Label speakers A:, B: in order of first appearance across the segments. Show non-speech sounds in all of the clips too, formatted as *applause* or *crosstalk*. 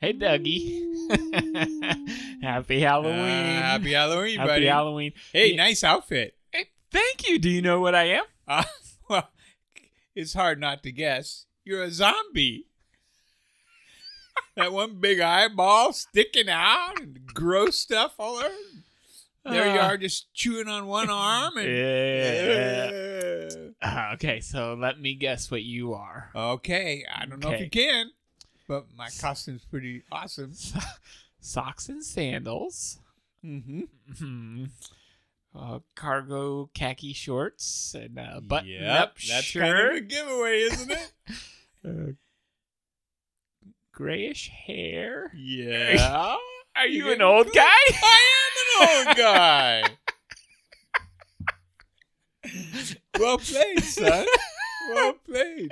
A: Hey,
B: *laughs*
A: Dougie. *laughs* Happy Halloween.
B: Ah, happy Halloween,
A: Happy
B: buddy.
A: Halloween.
B: hey,
A: Yeah.
B: nice outfit.
A: Hey, thank you. Do you know what I am?
B: Uh, well, it's hard not to guess. You're a zombie. *laughs* that one big eyeball sticking out and gross stuff all over. There you
A: Uh,
B: are, just chewing
A: *laughs*
B: on one arm. And,
A: Yeah. Ah, okay, so let me guess what you are.
B: *laughs* Uh. Okay, I don't know if you
A: Okay.
B: can, but my costume's pretty awesome.
A: Socks and sandals.
B: Mm-hmm.
A: Hmm. Uh, cargo khaki shorts and a button up
B: Uh, that's
A: shirt.
B: kind of a giveaway,
A: *laughs*
B: isn't it?
A: Uh, grayish hair.
B: yeah.
A: Are you an
B: Yeah.
A: old guy? *laughs*
B: I am an old guy. well played, son. Well played.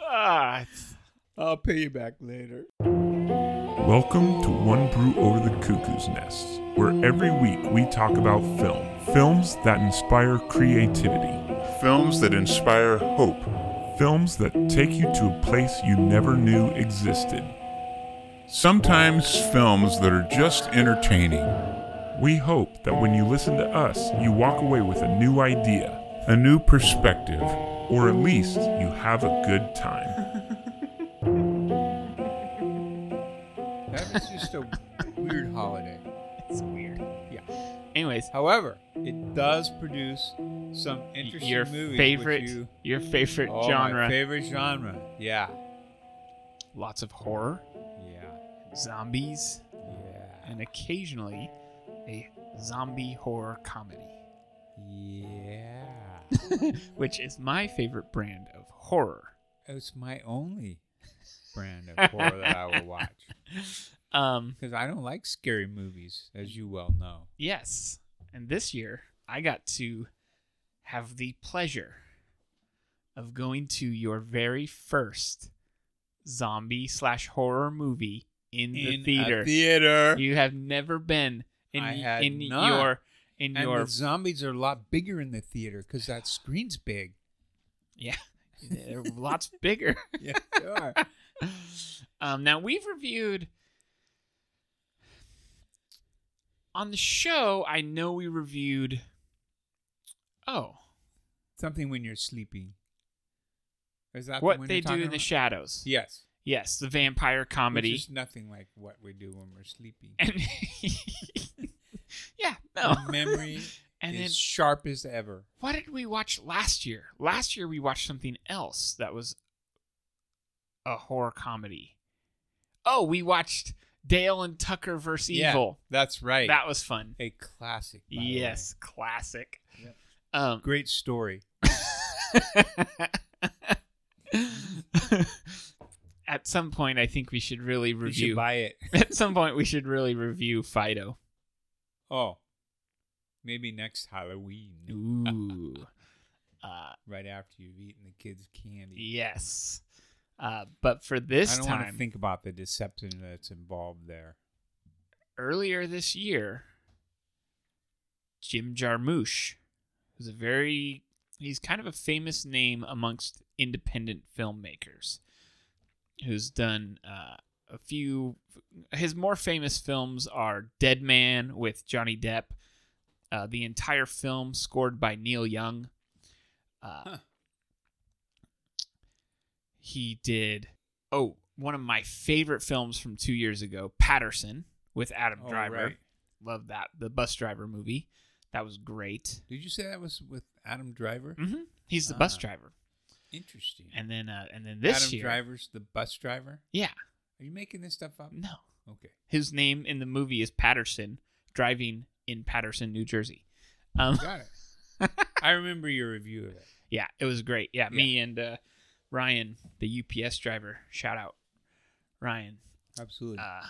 A: Ah, it's-
B: I'll pay you back later.
C: Welcome to One Brew Over the Cuckoo's Nest, where every week we talk about film, films that inspire creativity,
D: Films that inspire hope.
C: films that take you to a place you never knew existed.
D: Sometimes films that are just entertaining.
C: We hope that when you listen to us, you walk away with a new idea,
D: A new perspective.
C: or at least you have a good time.
B: That was just a weird holiday.
A: it's weird.
B: Yeah.
A: Anyways,
B: However, it does produce some interesting
A: your
B: movies. which
A: favorite,
B: you-
A: your favorite
B: Oh, my
A: genre.
B: favorite genre. Yeah.
A: Lots of horror,
B: Yeah.
A: zombies,
B: Yeah.
A: and occasionally a zombie horror comedy,
B: Yeah.
A: which is my favorite brand of horror.
B: it's my only brand of horror that I will watch.
A: Um,
B: Because I don't like scary movies, as you well know.
A: yes, and this year I got to have the pleasure of going to your very first zombie slash horror movie in the
B: In a
A: theater.
B: theater.
A: You have never been in
B: I had
A: in
B: not.
A: your in
B: and
A: your
B: the zombies are a lot bigger in the theater because that screen's big.
A: *laughs* yeah. They're lots bigger.
B: *laughs* Yeah, they are.
A: Um, now we've reviewed on the show. I know we reviewed. Oh,
B: Something when you're sleeping. Is that the
A: what
B: one
A: they
B: you're
A: do in
B: talking
A: the
B: about?
A: shadows?
B: Yes.
A: Yes, the vampire comedy.
B: Which is nothing like what we do when
A: *laughs*
B: we're sleeping.
A: and *laughs* yeah, no.
B: Our memory
A: *laughs* And
B: is
A: then
B: sharp as ever.
A: what did we watch last year? Last year we watched something else that was a horror comedy. Oh, we watched Dale and Tucker versus Evil.
B: Yeah, that's right.
A: That was fun.
B: a classic. by the way.
A: Yes, classic.
B: Yep.
A: Um, *laughs*
B: Great story.
A: at some point, I think we should really
B: You should
A: review.
B: buy it.
A: *laughs* at some point, we should really review Fido.
B: Oh, maybe next Halloween.
A: Ooh, *laughs* uh,
B: right after you've eaten the kids' candy.
A: yes. Uh, but for this
B: I don't want
A: time,
B: to think about the deception that's involved there.
A: earlier this year, Jim Jarmusch, who's a very he's kind of a famous name amongst independent filmmakers, who's done uh, a few. His more famous films are Dead Man with Johnny Depp, uh, the entire film scored by Neil Young. Uh,
B: Huh.
A: He did oh one of my favorite films from two years ago, Patterson with Adam
B: Oh,
A: Driver.
B: right.
A: Love that the bus driver movie. That was great.
B: Did you say that was with Adam Driver?
A: hmm He's the bus
B: Ah.
A: driver,
B: Interesting.
A: and then uh, and then this
B: Adam
A: year,
B: Driver's the bus driver.
A: yeah,
B: Are you making this stuff up?
A: no,
B: Okay.
A: his name in the movie is Patterson, driving in Patterson, New Jersey. Um,
B: Got it.
A: *laughs*
B: I remember your review of it.
A: yeah, it was great. Yeah, me and uh, Ryan, the UPS driver, shout out Ryan.
B: Absolutely.
A: Uh,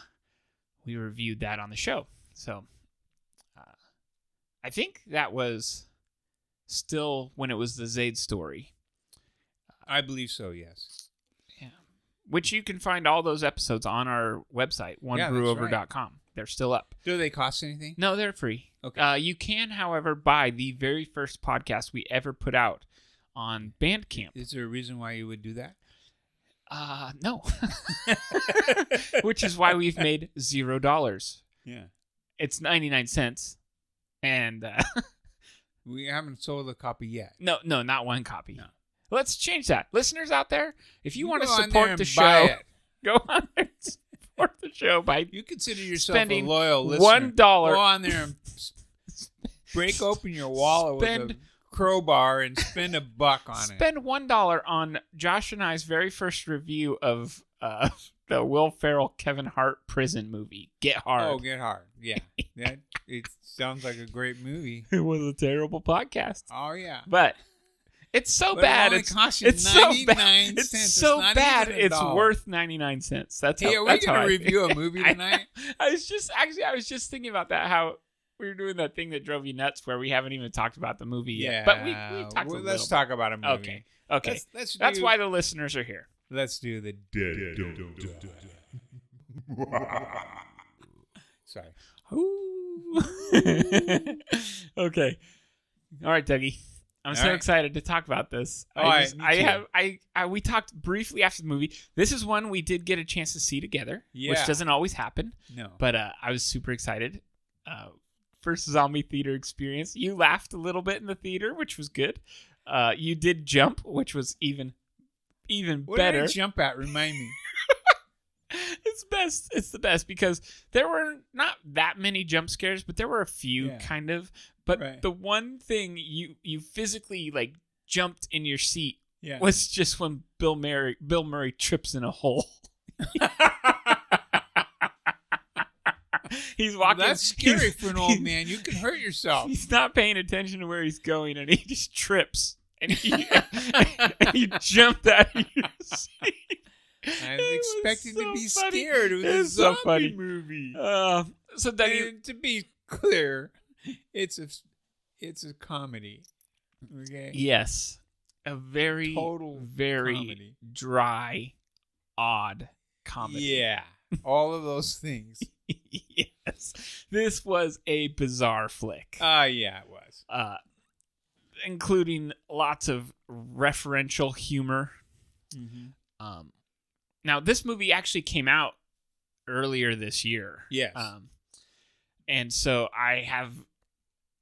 A: we reviewed that on the show, so uh, I think that was still when it was the Zaid story.
B: I believe so, yes.
A: Yeah. Which you can find all those episodes on our website,
B: Yeah, that's
A: onebrewover.com. They're still up.
B: Do they cost anything?
A: No, they're free.
B: Okay.
A: Uh, you can, however, buy the very first podcast we ever put out on Bandcamp. *laughs*
B: Is there a reason why you would do that? *laughs*
A: Uh, no. *laughs* Which is why we've made zero dollars.
B: Yeah.
A: It's 99 cents. And uh, *laughs*
B: We haven't sold a copy yet.
A: no, no, not one copy. Let's change that. Listeners out there, if you, want to
B: go on there
A: support
B: and
A: the
B: buy
A: show,
B: it.
A: *laughs* go on there and support the show by
B: You consider yourself
A: Spending
B: a loyal listener.
A: one dollar.
B: Go
A: *laughs*
B: on there and s- break open your wallet with
A: Spend-
B: a crowbar and spend a buck on it.
A: spend one dollar on Josh and I's very first review of uh, *laughs* the Will Ferrell Kevin Hart prison movie, Get Hard.
B: Oh, get hard. Yeah. that it sounds like a great movie.
A: *laughs* it was a terrible podcast,
B: Oh yeah.
A: but it's so
B: But it
A: bad.
B: only
A: it's
B: costs you
A: it's so
B: 99
A: bad. It's
B: cents. It's
A: so
B: not
A: bad.
B: even a
A: It's
B: dollar.
A: worth ninety nine cents. That's
B: Hey,
A: how.
B: are we
A: that's how
B: gonna
A: I think.
B: review a movie
A: I-
B: tonight?
A: *laughs* I was just actually I was just thinking about that how we were doing that thing that drove you nuts where we haven't even talked about the movie yet. But we, we talked
B: Well,
A: a
B: let's
A: little
B: talk about a
A: bit.
B: movie.
A: Okay. Okay.
B: Let's, let's
A: That's
B: do-
A: why the listeners are here.
B: Let's do the.
D: Dead, don't, die.
B: Sorry.
A: Ooh. *laughs* okay. All right, Dougie. I'm
B: All
A: so
B: right.
A: excited to talk about this.
B: All
A: I,
B: right,
A: just-
B: me
A: I
B: too.
A: have I, I we talked briefly after the movie. This is one we did get a chance to see together, which
B: Yeah.
A: doesn't always happen.
B: No.
A: But uh, I was super excited. Uh, first zombie theater experience. You laughed a little bit in the theater, which was good. Uh, you did jump, which was even even
B: what
A: better.
B: did I jump at? Remind me.
A: it's best. It's the best because there were not that many jump scares, but there were a few
B: Yeah.
A: kind of. But
B: Right.
A: the one thing you you physically like jumped in your seat
B: Yeah.
A: was just when Bill Murray Bill Murray trips in a hole. *laughs* he's *laughs* walking.
B: That's scary
A: *laughs* he's-
B: for an old
A: he's-
B: man. You can hurt
A: *laughs*
B: yourself.
A: He's not paying attention to where he's going, and he just trips, and he, *laughs* and he jumped out of
B: *laughs*
A: your seat. *laughs*
B: I
A: It
B: was
A: was
B: expecting
A: so
B: to be
A: funny.
B: scared. It was
A: It
B: a
A: was so
B: zombie
A: funny.
B: movie.
A: Uh, so Dougie,
B: And to be clear, it's a it's a comedy. Okay.
A: *laughs* yes, a very
B: Total
A: very
B: comedy.
A: dry, odd comedy.
B: Yeah. All of
A: *laughs*
B: those things.
A: yes, this was a bizarre flick.
B: Ah, yeah, it was.
A: uh, including lots of referential humor. Um, now, this movie actually came out earlier this year.
B: Yes.
A: Um, and so I have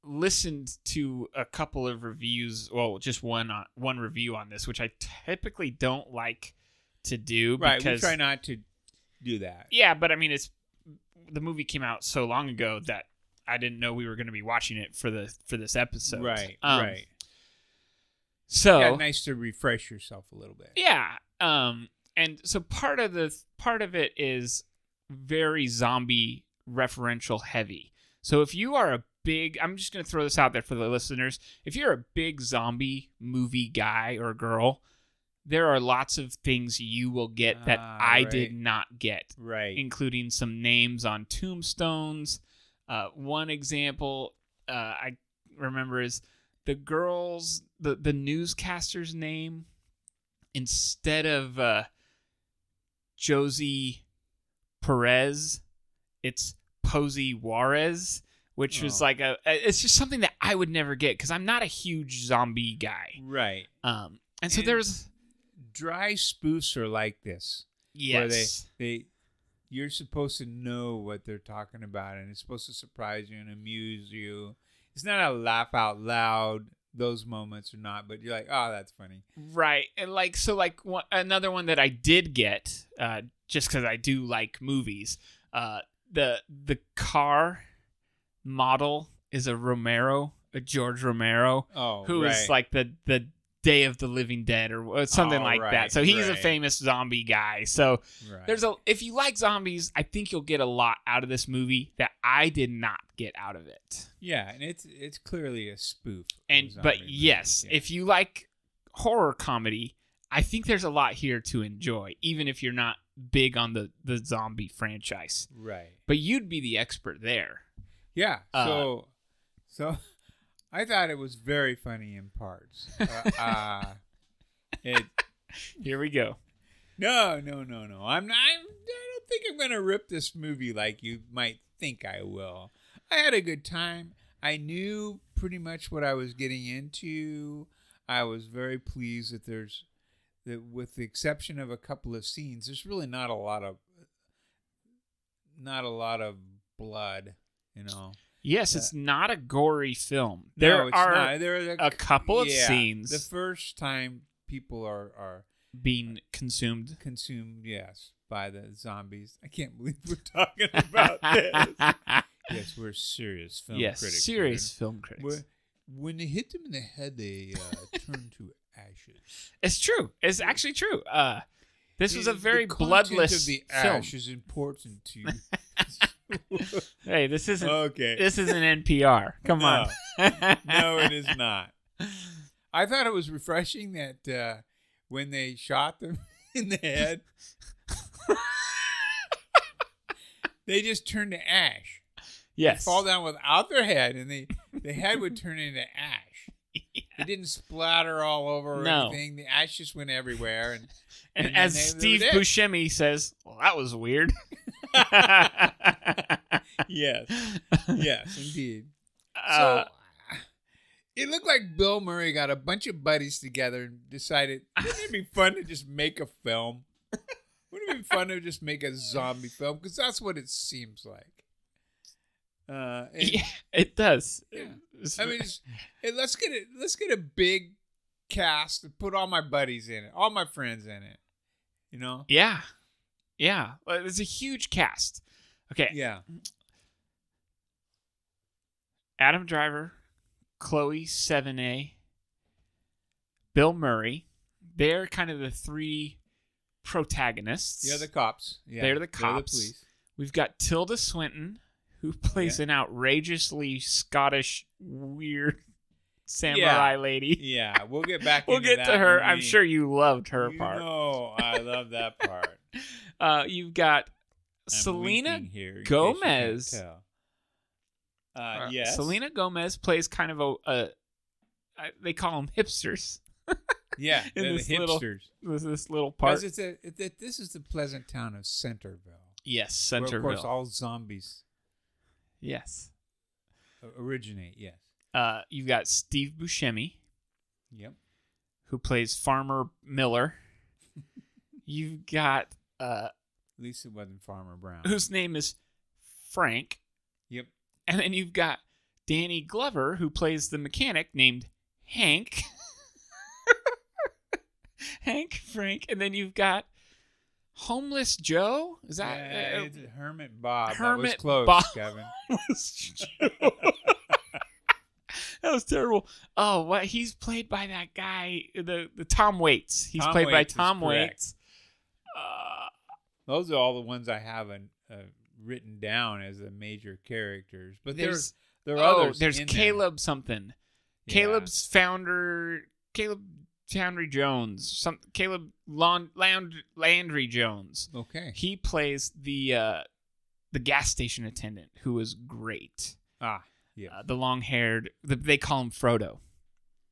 A: listened to a couple of reviews. Well, just one on, one review on this, which I typically don't like to do.
B: Right.
A: Because,
B: we try not to do that.
A: yeah, but I mean, it's the movie came out so long ago that I didn't know we were going to be watching it for the for this episode.
B: right.
A: Um,
B: right.
A: So
B: yeah, nice to refresh yourself a little bit.
A: Yeah. Um and so part of the part of it is very zombie referential heavy. So if you are a big I'm just going to throw this out there for the listeners. If you're a big zombie movie guy or girl, there are lots of things you will get that
B: Ah,
A: I
B: right.
A: did not get,
B: Right.
A: including some names on tombstones. Uh, one example uh, I remember is the girl's the the newscaster's name instead of uh, Josie Perez, it's Posey Juarez, which was
B: Oh.
A: like a it's just something that I would never get because I'm not a huge zombie guy.
B: right.
A: Um, and so
B: And-
A: there's
B: Dry spoofs are like this. where they
A: yes,
B: they you're supposed to know what they're talking about and it's supposed to surprise you and amuse you it's not a laugh out loud those moments are not but you're like oh that's funny
A: right, and like so like one, another one that I did get uh, just because I do like movies. Uh, the the car model is a Romero, a George Romero.
B: oh
A: Who is
B: right.
A: like the the Day of the Living Dead or uh, something
B: Oh,
A: like
B: right,
A: that. So he's a
B: right.
A: famous zombie guy. So
B: Right.
A: there's a if you like zombies, I think you'll get a lot out of this movie that I did not get out of it.
B: yeah and it's it's clearly a spoof of
A: And
B: zombie
A: but
B: movies,
A: yes,
B: yeah.
A: if you like horror comedy, I think there's a lot here to enjoy, even if you're not big on the the zombie franchise.
B: right
A: But you'd be the expert there.
B: yeah
A: Uh,
B: so so *laughs* i thought it was very funny in parts
A: *laughs*
B: uh, uh, it
A: Here we go.
B: No, no, no, no. I'm not. I'm, I don't think I'm gonna rip this movie like you might think I will. I had a good time. I knew pretty much what I was getting into. I was very pleased that there's that with the exception of a couple of scenes, there's really not a lot of not a lot of blood, you know.
A: Yes, it's not a gory film.
B: Uh, No,
A: There
B: it's
A: are
B: not. there are
A: a couple of scenes.
B: The first time people are are
A: being consumed.
B: consumed, yes, by the zombies. I can't believe we're *laughs* talking *laughs*
A: *laughs*
B: about this. *laughs* yes, we're serious film
A: yes,
B: critics.
A: serious film critics.
B: When, when they hit them in the head,
A: *laughs*
B: they uh, turn to ashes.
A: It's true. It's actually true. Uh, this was a
B: The-
A: very
B: the content
A: bloodless
B: Of the
A: film.
B: ash is
A: *laughs*
B: important to you.
A: Hey, this isn't
B: okay.
A: this isn't NPR. Come on.
B: no,
A: *laughs*
B: it is not. I thought it was refreshing that uh, when they shot them *laughs* in the
A: *laughs*
B: head, they just turned to ash. They
A: *laughs* yes.
B: fall down without their head, and they the
A: *laughs*
B: head would turn into ash. It didn't splatter all over or
A: No.
B: anything. The ash just went
A: *laughs*
B: everywhere, and
A: And,
B: and
A: as
B: then they-
A: Steve
B: they were dead.
A: Buscemi says, "Well, that was weird." *laughs*
B: yes, yes, indeed.
A: Uh,
B: so it looked like Bill Murray got a bunch of buddies together and decided, wouldn't it be fun to just make a film? wouldn't it be fun to just make a zombie film? Because that's what it seems like. Uh, and-
A: yeah, it does.
B: Yeah.
A: It's-
B: I mean, it's, hey, let's get it. Let's get a big cast and put all my buddies in it, all my friends in it. You know?
A: yeah, yeah. Well, It's a huge cast. Okay,
B: Yeah.
A: Adam Driver, Chloe Seven A, Bill Murray. They're kind of the three protagonists.
B: They're the cops. Yeah.
A: They're the cops.
B: police.
A: We've got Tilda Swinton, who *laughs* plays
B: Yeah.
A: an outrageously Scottish weird *laughs* samurai lady.
B: Yeah, we'll get back.
A: We'll
B: into
A: get
B: that
A: to her.
B: when
A: I'm
B: we-
A: sure you loved her
B: you
A: part.
B: know I
A: *laughs*
B: love that part. I'm
A: Uh, you've got Selena.
B: winking here in case you can't
A: Gomez.
B: tell. Uh,
A: uh,
B: yes.
A: Selena Gomez plays kind of a. a I, they call them hipsters. *laughs*
B: Yeah.
A: in
B: they're the
A: this little
B: hipsters.
A: This, this little part.
B: Because it's a, it, it- this is the pleasant town of Centerville.
A: yes,
B: Where, of
A: Centerville.
B: course, all zombies
A: yes.
B: o- originate. Yes.
A: Uh, you've got Steve Buscemi,
B: Yep.
A: who plays Farmer Miller.
B: *laughs*
A: you've got uh,
B: At least it wasn't Farmer Brown.
A: whose name is Frank,
B: Yep.
A: and then you've got Danny Glover, who plays the mechanic named Hank. *laughs* Hank, Frank, and then you've got homeless Joe. Is that
B: Yeah,
A: uh, *laughs*
B: it's Hermit Bob. that was
A: Hermit
B: close,
A: Bob.
B: Kevin.
A: homeless Joe? *laughs* that was terrible. Oh, what he's played by that guy, the the Tom Waits. He's
B: Tom
A: played by
B: Waits is
A: Tom
B: correct.
A: Waits. Uh,
B: Those are all the ones I have an, uh, written down as the major characters. But there's
A: there's
B: there are
A: oh,
B: others.
A: there's
B: in there.
A: Caleb something.
B: Yeah.
A: Caleb's founder, Caleb Foundry Jones, some Caleb Lon, Land, Landry Jones.
B: Okay.
A: He plays the uh, the gas station attendant who was great.
B: Ah. Yeah.
A: Uh, the long haired, the, they call him Frodo.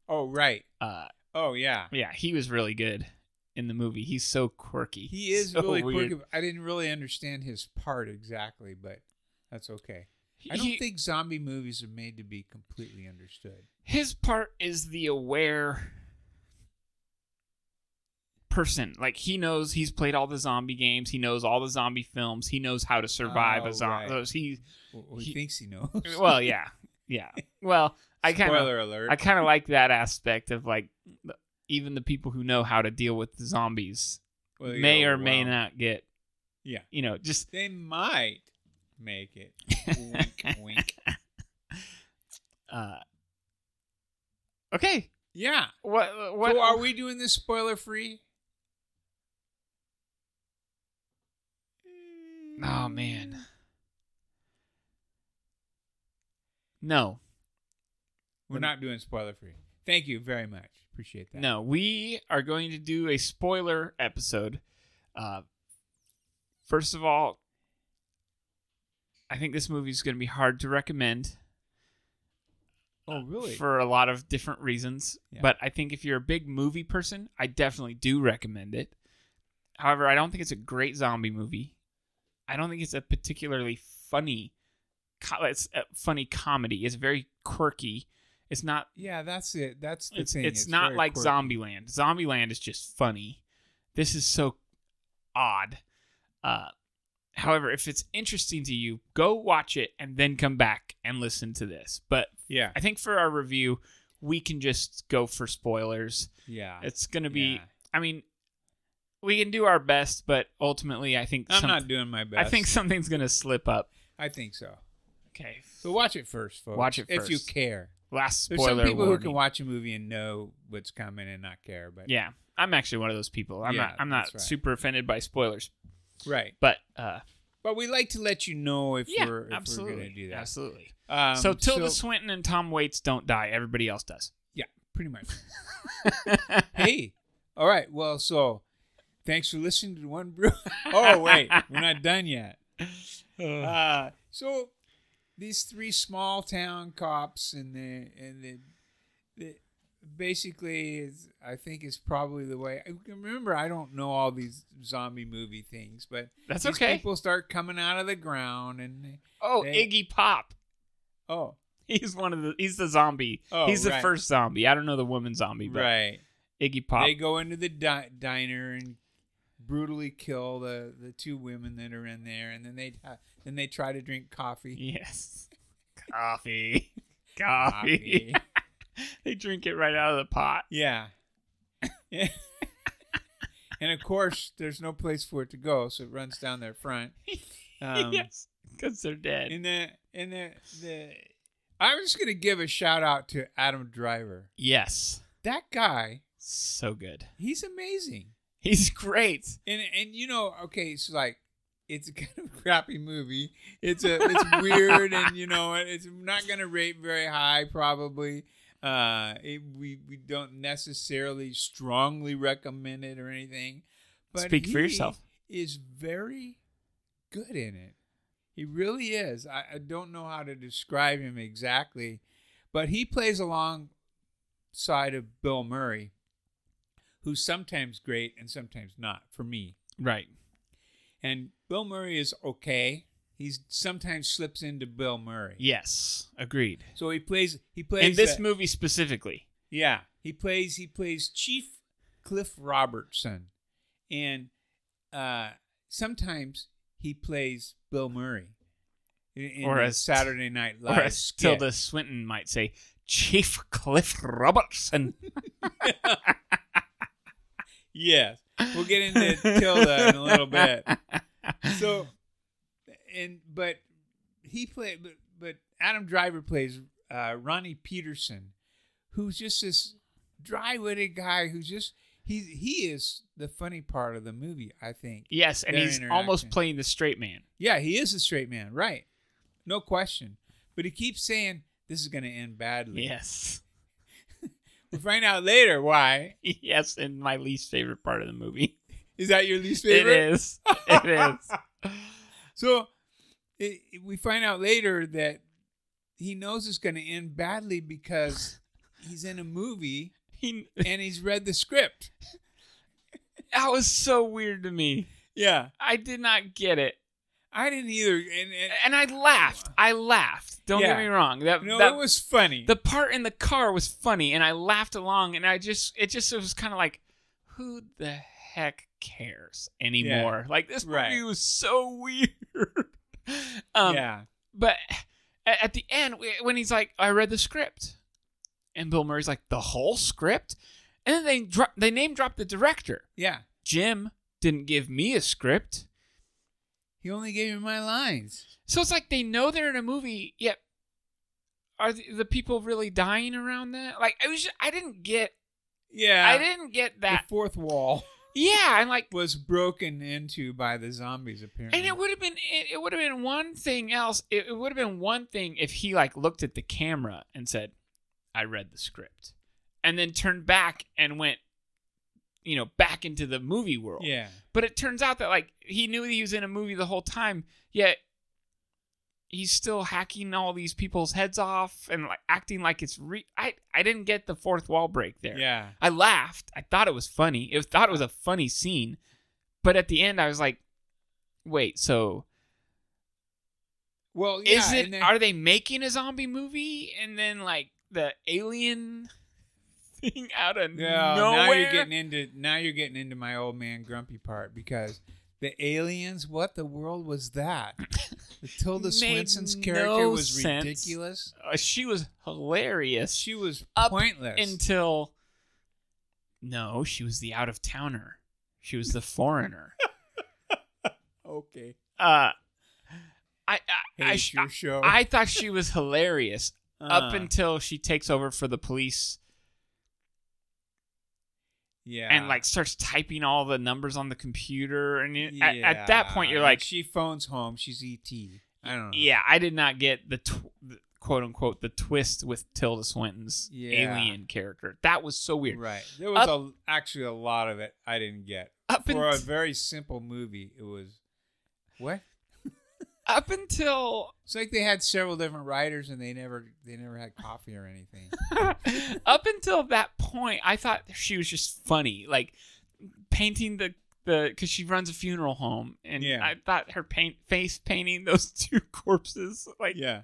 B: oh right.
A: Uh,
B: Oh yeah.
A: yeah, he was really good in the movie. He's so quirky. *laughs*
B: He is
A: so
B: really
A: weird.
B: quirky. I didn't really understand his part exactly, but that's okay. I don't
A: He-
B: think zombie movies are made to be completely understood.
A: his part is the aware person. Like he knows he's played all the zombie games, he knows all the zombie films, he knows how to survive
B: Oh,
A: a zombie.
B: right.
A: He
B: Well, he,
A: He-
B: thinks he knows.
A: well, yeah, yeah. Well, I kind of
B: *laughs* Spoiler alert.
A: I kind of like that aspect of like the- even the people who know how to deal with the zombies
B: Well, they
A: may
B: go,
A: or may
B: "Wow."
A: not get
B: Yeah.
A: you know just
B: They might make
A: *laughs*
B: it. wink, wink.
A: uh okay
B: Yeah.
A: what what
B: so are we doing this spoiler free?
A: oh man no
B: We're not doing spoiler free. Thank you very much. Appreciate that.
A: Mm. No, we are going to do a spoiler episode. Uh, first of all, I think this movie is going to be hard to recommend
B: Oh, really?
A: for a lot of different reasons.
B: Yeah.
A: But I think if you're a big movie person, I definitely do recommend it. However, I don't think it's a great zombie movie. I don't think it's a particularly funny, co- it's a funny comedy. It's very quirky. It's not
B: yeah, that's it. That's the
A: it's,
B: thing.
A: it's not
B: very
A: like
B: quirky.
A: Zombieland. Zombieland is just funny. this is so odd. Uh, however, if it's interesting to you, go watch it and then come back and listen to this. But
B: Yeah.
A: I think for our review, we can just go for spoilers.
B: Yeah.
A: It's going to be,
B: Yeah.
A: I mean, we can do our best, but ultimately, I think
B: I'm
A: some-
B: not doing my
A: I
B: best.
A: think something's going to slip up.
B: I think so.
A: Okay.
B: So watch it first, folks.
A: Watch it
B: If you
A: first.
B: care.
A: Last
B: There's
A: spoiler.
B: some people
A: warning.
B: who can watch a movie and know what's coming and not care, but
A: Yeah, I'm actually one of those people. I'm
B: Yeah,
A: not. I'm not
B: that's right.
A: super offended by spoilers,
B: right.
A: but uh,
B: But we like to let you know if
A: yeah,
B: we're if
A: absolutely,
B: we're going to do that.
A: absolutely.
B: Um,
A: so Tilda Swinton and Tom Waits don't die. Everybody else does.
B: Yeah, pretty *laughs* much. hey, all right. Well, so thanks for listening to One Brew. *laughs* oh, wait, we're not done yet. *sighs* Uh, so these three small town cops and the and the, the basically is I think is probably the way. I- Remember, I don't know all these zombie movie things, but
A: That's
B: these
A: okay.
B: People start coming out of the ground and they-
A: oh,
B: Hey.
A: Iggy Pop.
B: oh
A: *laughs* He's one of the. He's the zombie.
B: Oh,
A: he's the
B: right.
A: first zombie. I don't know the woman zombie, but
B: right.
A: Iggy Pop.
B: They go into the di- diner and brutally kill the, the two women that are in there, and then they then they try to drink coffee.
A: yes. Coffee. *laughs* Coffee. *laughs* they drink it right out of the pot.
B: *laughs*
A: *laughs*
B: yeah. *laughs* and of course, there's no place for it to go, so it runs down their front.
A: *laughs*
B: Um,
A: yes, because they're dead.
B: And the and the the. I'm just gonna give a shout out to Adam Driver.
A: yes,
B: That guy,
A: so good.
B: he's amazing.
A: He's great.
B: And and you know, okay, it's like it's a *laughs* kind of crappy movie. It's a it's weird, and you know, it- it's not going to rate very high probably. Uh, it, we we don't necessarily strongly recommend it or anything. But
A: Speak for
B: he
A: yourself.
B: Is very good in it. He really is. I, I don't know how to describe him exactly, but he plays alongside of Bill Murray, who's sometimes great and sometimes not for me.
A: Right.
B: And Bill Murray is okay. He sometimes slips into Bill Murray.
A: Yes, agreed.
B: So he plays. He plays
A: In this
B: uh,
A: movie specifically,
B: Yeah, he plays. He plays Chief Cliff Robertson, and uh, sometimes he plays Bill Murray. In, in
A: Or
B: the
A: as-
B: Saturday Night Live
A: or as
B: skit.
A: Tilda Swinton might say, Chief Cliff
B: *laughs*
A: Robertson.
B: Yes, we'll
A: *laughs*
B: get into Tilda in a little bit. so and but he played but, but adam driver plays uh, ronnie peterson who's just this dry-witted guy who's just he he is the funny part of the movie i think
A: Yes, and
B: Their
A: he's almost
B: interaction.
A: playing the straight man.
B: yeah he is a straight man right no question but he keeps saying this is going to end badly
A: Yes.
B: we find out later why
A: *laughs* Yes, and my least favorite part of the movie.
B: is that your least favorite
A: It *laughs* is. It is.
B: So it, it- we find out later that he knows it's going to end badly because he's in a movie
A: He,
B: and he's read the script.
A: that was so weird to me.
B: Yeah,
A: I did not get it.
B: I didn't either. And, and
A: And I laughed. I laughed. Don't get
B: Yeah.
A: me wrong. That,
B: no,
A: that
B: it was funny.
A: the part in the car was funny and I laughed along and I just it just was kind of like who the heck cares anymore? Like this movie
B: Right.
A: was so *laughs* weird. um
B: yeah,
A: but a- at the end wh- when he's like I read the script and Bill Murray's like the whole script and then they dro- they name dropped the director.
B: yeah.
A: Jim didn't give me a script.
B: He only gave me my lines.
A: So it's like they know they're in a movie, yet are the, the people really dying around that? Like I was just, I didn't get
B: Yeah,
A: I didn't get that.
B: The fourth wall *laughs*
A: yeah, and like,
B: was broken into by the zombies apparently.
A: and it would have been it, it would have been one thing else. It, it would have been one thing if he like looked at the camera and said, "I read the script," and then turned back and went, you know, back into the movie world.
B: yeah,
A: But it turns out that like he knew he was in a movie the whole time, yet he's still hacking all these people's heads off and like acting like it's re. I I didn't get the fourth wall break there.
B: yeah.
A: I laughed. I thought it was funny. It thought it was a funny scene, but at the end, I was like, "Wait, so
B: Well, yeah,
A: is it?
B: and then-
A: are they making a zombie movie?" And then like the alien *laughs* thing out of nowhere.
B: No, now you're getting into now you're getting into my old man grumpy part because the aliens. What the world was that? The Tilda
A: *laughs* Made
B: Swinton's
A: no
B: character was
A: sense.
B: ridiculous.
A: Uh, she was hilarious.
B: She was
A: Up
B: pointless.
A: until no, she was the out of towner. She was the foreigner.
B: *laughs* okay,
A: Uh, I I I,
B: hate
A: sh-
B: your show.
A: I thought she was hilarious up
B: *laughs* Uh,
A: until she takes over for the police
B: yeah,
A: and like starts typing all the numbers on the computer. And it- at, at that
B: Yeah,
A: point, you're
B: and
A: like,
B: she phones home. She's ET. I don't know.
A: yeah, I did not get the, tw- the quote unquote the twist with Tilda Swinton's
B: Yeah.
A: alien character. That was so weird.
B: Right. There was a, actually a lot of it I didn't get.
A: Up
B: For a
A: unt-
B: very simple movie, it was what?
A: up until *laughs*
B: It's like they had several different writers and they never they never had coffee or anything.
A: up until that point, I thought she was just funny, like painting the the because she runs a funeral home, and
B: Yeah.
A: I thought her paint face painting those *laughs* two corpses like
B: yeah.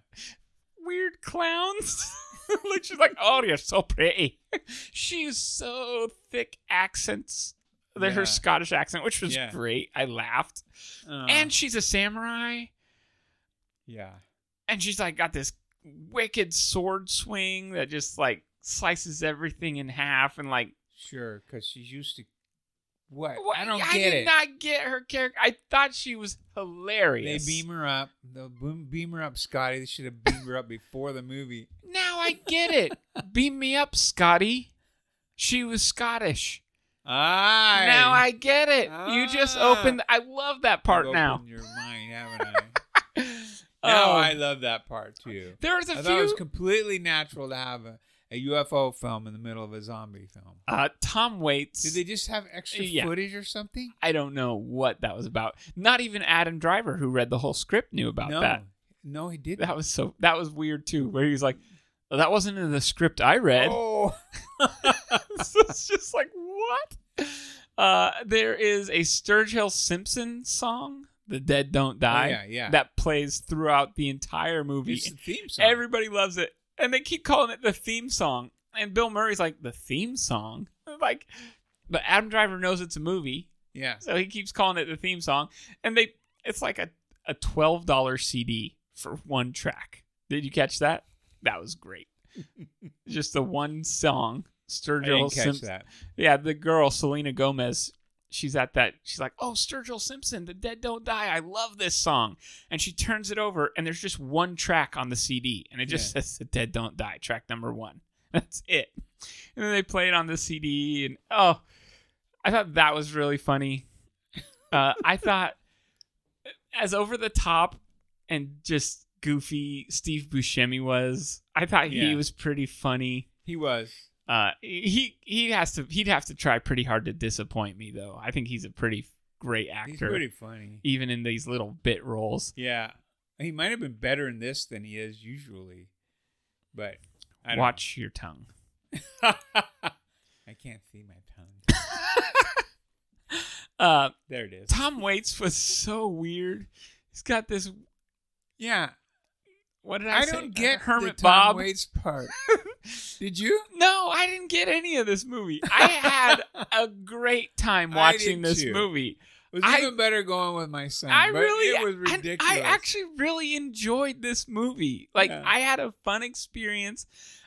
A: weird clowns. *laughs* like she's like, oh, you're so pretty. She's so thick accents. That
B: Yeah.
A: her Scottish accent, which was
B: Yeah. Uh-huh.
A: great, I laughed. and she's a samurai,
B: Uh, yeah.
A: and she's like got this wicked sword swing that just like slices everything in half, and like
B: Sure, because she's used to what?
A: What-
B: I don't
A: I
B: get
A: did
B: it.
A: not get her character. I thought she was
B: they
A: hilarious.
B: beam her up. They'll boom, beam her up, Scotty. They should have beamed her up before the movie.
A: now I get it.
B: *laughs*
A: beam me up, Scotty. She was Scottish.
B: Ah.
A: Now I get it. you just
B: Ah.
A: opened. I love that part now.
B: Your mind, haven't I? now
A: Um,
B: I love that part too.
A: there was a
B: I
A: few.
B: thought it was completely natural to have a, a UFO film in the middle of a zombie film.
A: uh, Tom Waits.
B: Did they just have extra
A: Yeah.
B: footage or something?
A: I don't know what that was about. Not even Adam Driver, who read the whole script, knew about
B: no.
A: that.
B: No, he didn't.
A: That was so. That was weird too. Where he was like, "Well, "That wasn't in the script I read."
B: Oh,
A: *laughs* so it's just like what? Uh, there is a Sturgill Simpson song, "The Dead Don't Die,"
B: Oh, yeah, yeah.
A: that plays throughout the entire movie.
B: it's the theme song.
A: Everybody loves it, and they keep calling it the theme song. And Bill Murray's like, "The theme song," *laughs* like, but Adam Driver knows it's a movie,
B: yeah.
A: so he keeps calling it the theme song. And they, it's like a a twelve dollar CD for one track. Did you catch that? That was
B: *laughs*
A: great. Just the one song,
B: I
A: Sturgill
B: didn't catch
A: Simpson.
B: that.
A: Yeah, the girl Selena Gomez, she's at that. She's like, "Oh, Sturgill Simpson, The Dead Don't Die. I love this song." And she turns it over, and there's just one track on the CD, and it just says "The Dead Don't Die," track number one. *laughs* That's it. And then they play it on the CD, and oh, I thought that was really funny. *laughs* Uh, I thought as over the top and just goofy Steve Buscemi was. I thought he
B: Yeah.
A: was pretty funny.
B: He was.
A: Uh, he he has to he'd have to try pretty hard to disappoint me though. I think he's a pretty great actor,
B: He's pretty funny.
A: even in these little bit roles.
B: Yeah. He might have been better in this than he is usually, but I don't
A: Watch your tongue.
B: *laughs* I can't see my tongue.
A: Uh,
B: There it is.
A: Tom Waits was so weird. He's got this.
B: Yeah,
A: What did I,
B: I
A: say?
B: don't get
A: Hermit
B: the Tom
A: Bob.
B: Waits part. Did you?
A: No, I didn't get any of this movie.
B: *laughs*
A: I had a great time
B: I
A: watching
B: did
A: this
B: too.
A: movie.
B: Was
A: I-
B: even better going with my son.
A: I
B: but
A: really,
B: it was
A: and
B: ridiculous.
A: I actually really enjoyed this movie. Like
B: Yeah.
A: I had a fun experience.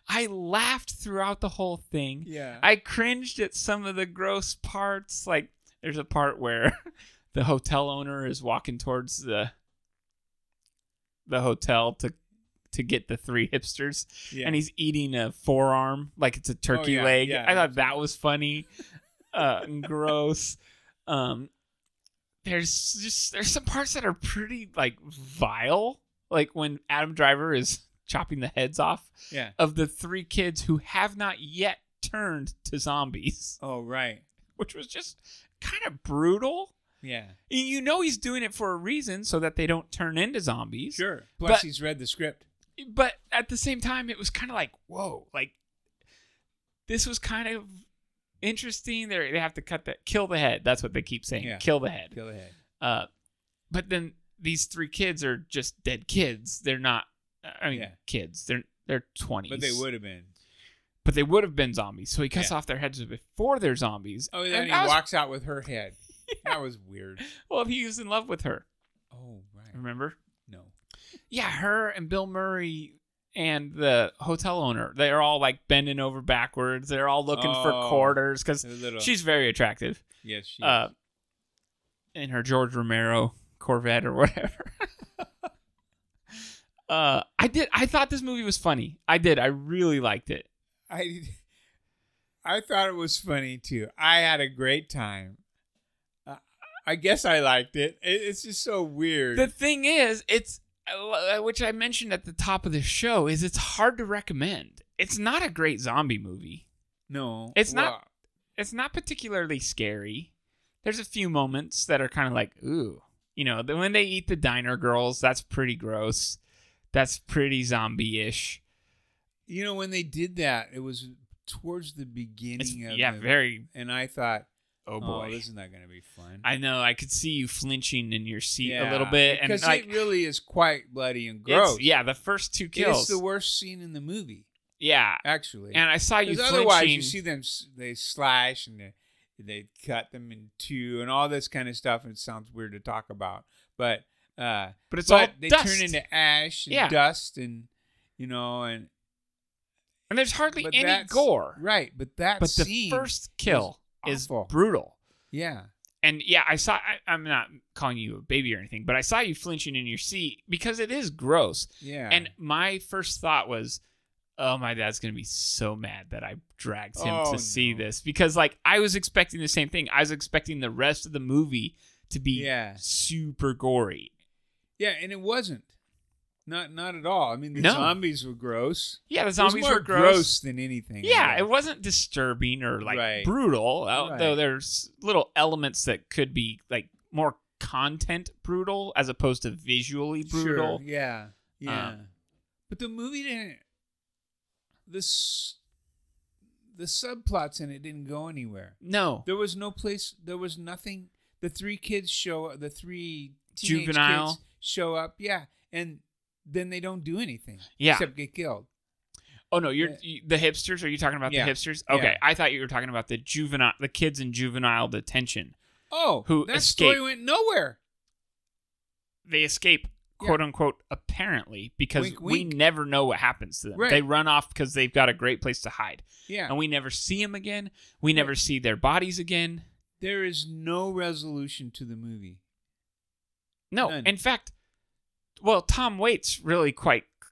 A: I laughed throughout the whole thing.
B: yeah.
A: I cringed at some of the gross parts. Like there's a part where *laughs* the hotel owner is walking towards the the hotel to to get the three hipsters
B: yeah. Oh,
A: and he's eating a forearm like it's a turkey
B: yeah,
A: leg.
B: yeah.
A: I thought that was funny, uh, and
B: *laughs*
A: gross. Um, there's just there's some parts that are pretty like vile, like when Adam Driver is *laughs* chopping the heads off
B: yeah.
A: of the three kids who have not yet turned to zombies, *laughs*
B: Oh right.
A: which was just kind of brutal.
B: Yeah.
A: And You know he's doing it for a reason so that they don't turn into zombies.
B: Sure. Plus
A: But-
B: he's read the script.
A: but at the same time, it was kind of like, whoa, like this was kind of interesting. They they have to cut that, kill the head. That's what they keep saying,
B: Yeah.
A: kill the head.
B: Go ahead.
A: Uh, but then these three kids are just dead kids. They're not, I mean,
B: Yeah.
A: kids. They're they're twenties.
B: But they would have been.
A: but they would have been zombies. So he cuts
B: Yeah.
A: off their heads before they're zombies.
B: Oh, and then
A: And
B: he
A: that was-
B: walks out with her
A: *laughs*
B: head. That was weird.
A: Well, he was in love with her.
B: Oh, right.
A: Remember?
B: No.
A: Yeah, her and Bill Murray and the hotel owner. They're all like bending over backwards. They're all looking
B: Oh.
A: for quarters because
B: They're Little,
A: she's very attractive.
B: yes, she.
A: uh, in her George Romero Corvette or whatever. *laughs* uh, I did. I thought this movie was funny. I did. I really liked it.
B: I I thought it was funny too. I had a great time. Uh, I guess I liked it. it it's just so weird.
A: The thing is, it's uh, which I mentioned at the top of the show is it's hard to recommend. It's not a great zombie movie.
B: no,
A: It's not- It's not particularly scary. There's a few moments that are kind of like ooh, you know, the- when they eat the diner girls, that's pretty gross. That's pretty zombie-ish.
B: You know when they did that, it was towards the beginning
A: It's,
B: of
A: yeah,
B: the-
A: very.
B: and I thought,
A: Oh
B: oh
A: boy,
B: boy, this is not going to be fun.
A: I know. I could see you flinching in your seat
B: Yeah,
A: a little bit, and
B: because
A: like,
B: it really is quite bloody and
A: it's-
B: gross.
A: yeah, the first two
B: it's
A: kills,
B: the worst scene in the movie,
A: yeah.
B: actually.
A: And I saw you
B: Because
A: flinching.
B: otherwise, you see them s- they slash and they they cut them in two and all this kind of stuff, and it sounds weird to talk about, but uh,
A: but it's all
B: but they
A: dust.
B: turn into ash and
A: Yeah.
B: dust and you know and
A: and there's hardly
B: but
A: any
B: that's-
A: gore.
B: right, but that
A: but the
B: scene,
A: first kill is
B: awful.
A: brutal.
B: yeah,
A: And yeah, I saw. I, I'm not calling you a baby or anything, but I saw you flinching in your seat because it is gross.
B: yeah,
A: And my first thought was, oh, my dad's going to be so mad that I dragged him
B: Oh,
A: to see
B: no.
A: this because, like, I was expecting the same thing. I was expecting the rest of the movie to be
B: Yeah.
A: super gory.
B: yeah, and it wasn't. Not, not at all. I mean, the
A: No.
B: zombies were gross.
A: Yeah, the
B: It was
A: zombies
B: more
A: were gross.
B: than anything.
A: Yeah, it wasn't disturbing or like
B: Right.
A: brutal, although
B: Right.
A: there's little elements that could be like more content brutal as opposed to visually brutal.
B: Sure, yeah, yeah.
A: Um,
B: but the movie didn't. This the subplots in it didn't go anywhere.
A: No,
B: There was no place. There was nothing. The three kids show. The three teenage
A: Juvenile.
B: kids show up. Yeah, and then they don't do anything.
A: Yeah.
B: except get killed.
A: Oh no, you're
B: Yeah.
A: you, the hipsters. Are you talking about
B: Yeah.
A: the hipsters? Okay,
B: Yeah.
A: I thought you were talking about the juvenile, the kids in juvenile detention.
B: Oh,
A: Who
B: that
A: escaped.
B: story went nowhere.
A: They escape,
B: Yeah.
A: quote unquote, apparently because
B: Wink, wink.
A: we never know what happens to them.
B: Right.
A: They run off because they've got a great place to hide,
B: Yeah,
A: and we never see them again. We never see their bodies again.
B: there is no resolution to the movie.
A: No,
B: None.
A: in fact, well, Tom Waits really quite c-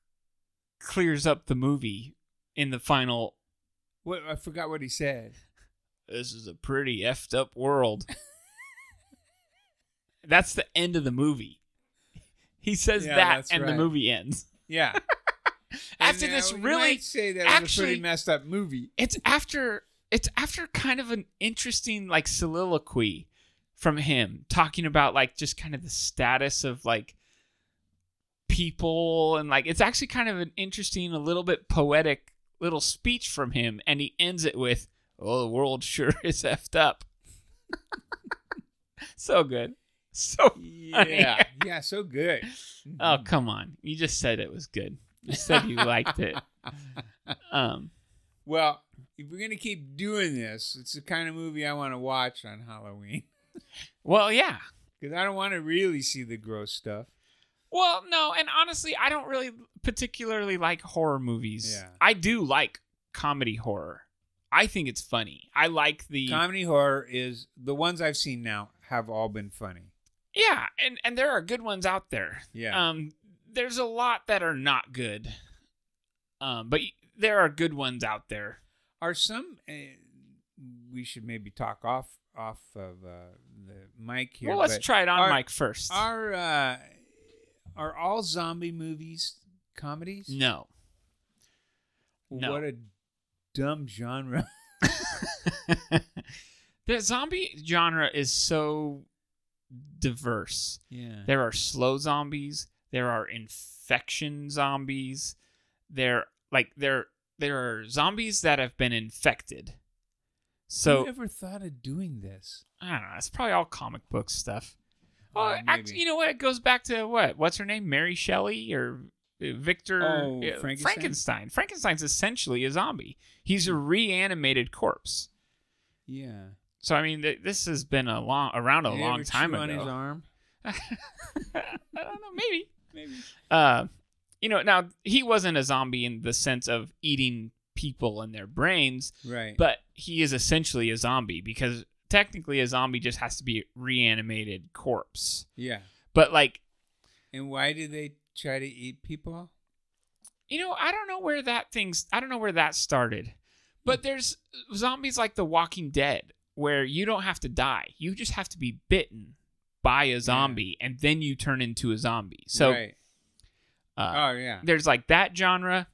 A: clears up the movie in the final.
B: What I forgot what he said.
A: This is a pretty effed up
B: *laughs*
A: world. that's the end of the movie. He says
B: Yeah,
A: that,
B: that's
A: and the
B: right.
A: movie ends.
B: Yeah.
A: *laughs* After
B: And, uh,
A: this
B: you
A: really-
B: might say that was a
A: actually-
B: pretty messed up movie.
A: It's after it's after kind of an interesting like soliloquy from him talking about like just kind of the status of like people and like it's actually kind of an interesting a little bit poetic little speech from him and he ends it with oh the world sure *laughs* is effed up so good so *laughs*
B: Yeah, yeah, so good. Mm-hmm.
A: oh come on you just said it was good you said you liked it um
B: Well, if we're gonna keep doing this, it's the kind of movie I want to watch on Halloween *laughs*
A: well yeah
B: because I don't want to really see the gross stuff.
A: Well, no, and honestly, I don't really particularly like horror movies.
B: Yeah.
A: I do like comedy horror. I think it's funny. I like the
B: Comedy horror is the ones I've seen now have all been funny.
A: yeah, and and there are good ones out there.
B: Yeah,
A: Um, there's a lot that are not good. Um, but y- there are good ones out there.
B: are some? Uh, we should maybe talk off off of uh, the mic here.
A: well, let's
B: but
A: try it on
B: are-
A: Mike first.
B: Are uh, are all zombie movies comedies?
A: no, *laughs* No.
B: What a dumb genre. *laughs*
A: the zombie genre is so diverse.
B: Yeah.
A: There are slow zombies. There are infection zombies. There like there there are zombies that have been infected.
B: Who
A: So
B: ever thought of doing this?
A: I don't know. It's probably all comic book stuff.
B: Oh,
A: Oh, act,
B: maybe.
A: you know what? It goes back to what? What's her name? Mary Shelley or uh, Victor
B: Oh,
A: yeah,
B: Frankenstein?
A: Frankenstein. Frankenstein's essentially a zombie. He's a reanimated corpse.
B: Yeah.
A: So I mean, th- this has been a long around a
B: Did he
A: long
B: ever
A: time
B: chew
A: ago.
B: on his arm.
A: *laughs* I don't know, maybe.
B: Maybe.
A: Uh, you know, now he wasn't a zombie in the sense of eating people and their brains,
B: Right.
A: but he is essentially a zombie because technically a zombie just has to be a reanimated corpse.
B: yeah.
A: But like,
B: And why do they try to eat people?
A: you know, I don't know where that thing's I don't know where that started. But there's zombies like The Walking Dead where you don't have to die. You just have to be bitten by a zombie and then you turn into a zombie. So
B: right.
A: uh,
B: oh yeah.
A: there's like that genre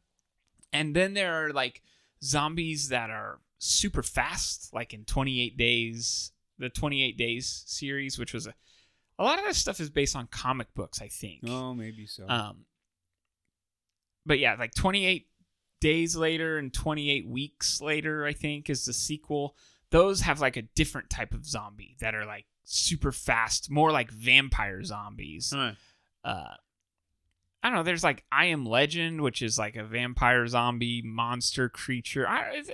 A: and then there are like zombies that are super fast like in 28 days the 28 days series which was a a lot of this stuff is based on comic books i think
B: Oh, maybe so.
A: um but yeah like 28 days later and 28 weeks later i think is the sequel those have like a different type of zombie that are like super fast more like vampire zombies
B: Huh.
A: uh I don't know. There's like I Am Legend, which is like a vampire zombie monster creature. I, it's,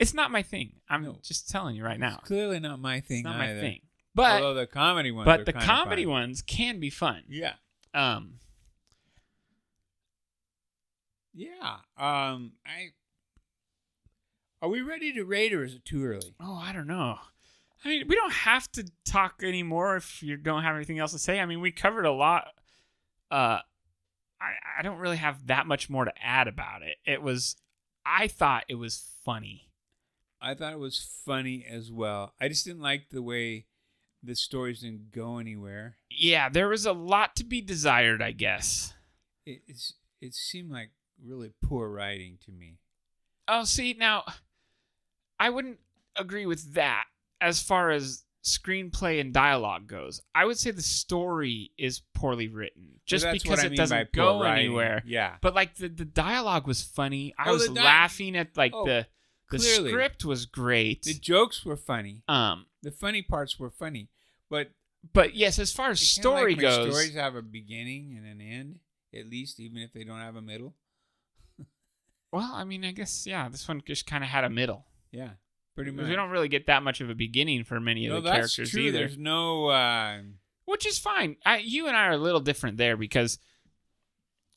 A: it's not my thing. I'm
B: No.
A: just telling you right now.
B: It's clearly not my thing.
A: It's not my
B: either.
A: thing. But
B: Although the comedy ones. are
A: but the
B: kinda
A: comedy
B: fun.
A: ones can be fun.
B: Yeah.
A: Um,
B: Yeah. Um. I. Are we ready to rate, or is it too early?
A: oh, I don't know. I mean, we don't have to talk anymore if you don't have anything else to say. I mean, we covered a lot. Uh, I I don't really have that much more to add about it. It was, I thought it was funny.
B: I thought it was funny as well. I just didn't like the way the stories didn't go anywhere.
A: yeah, there was a lot to be desired, I guess.
B: It, it's it seemed like really poor writing to me.
A: Oh, see, now I wouldn't agree with that as far as screenplay and dialogue goes. I would say the story is poorly written just
B: Well, that's
A: because
B: what I
A: it
B: mean by
A: doesn't
B: poor
A: go
B: writing.
A: anywhere.
B: Yeah.
A: But like the, the dialogue was funny. I
B: Oh,
A: was
B: the di-
A: laughing at like
B: Oh,
A: the the
B: clearly.
A: script was great.
B: The jokes were funny.
A: um
B: The funny parts were funny, but
A: but yes, as far as
B: I kinda
A: story
B: like when
A: goes,
B: stories have a beginning and an end, at least, even if they don't have a middle.
A: well, I mean, I guess yeah, this one just kind of had a middle.
B: Yeah, pretty much.
A: Because we don't really get that much of a beginning for many of
B: no,
A: the
B: that's
A: characters
B: true.
A: either.
B: There's no. Uh,
A: which is fine. I, you and I are a little different there because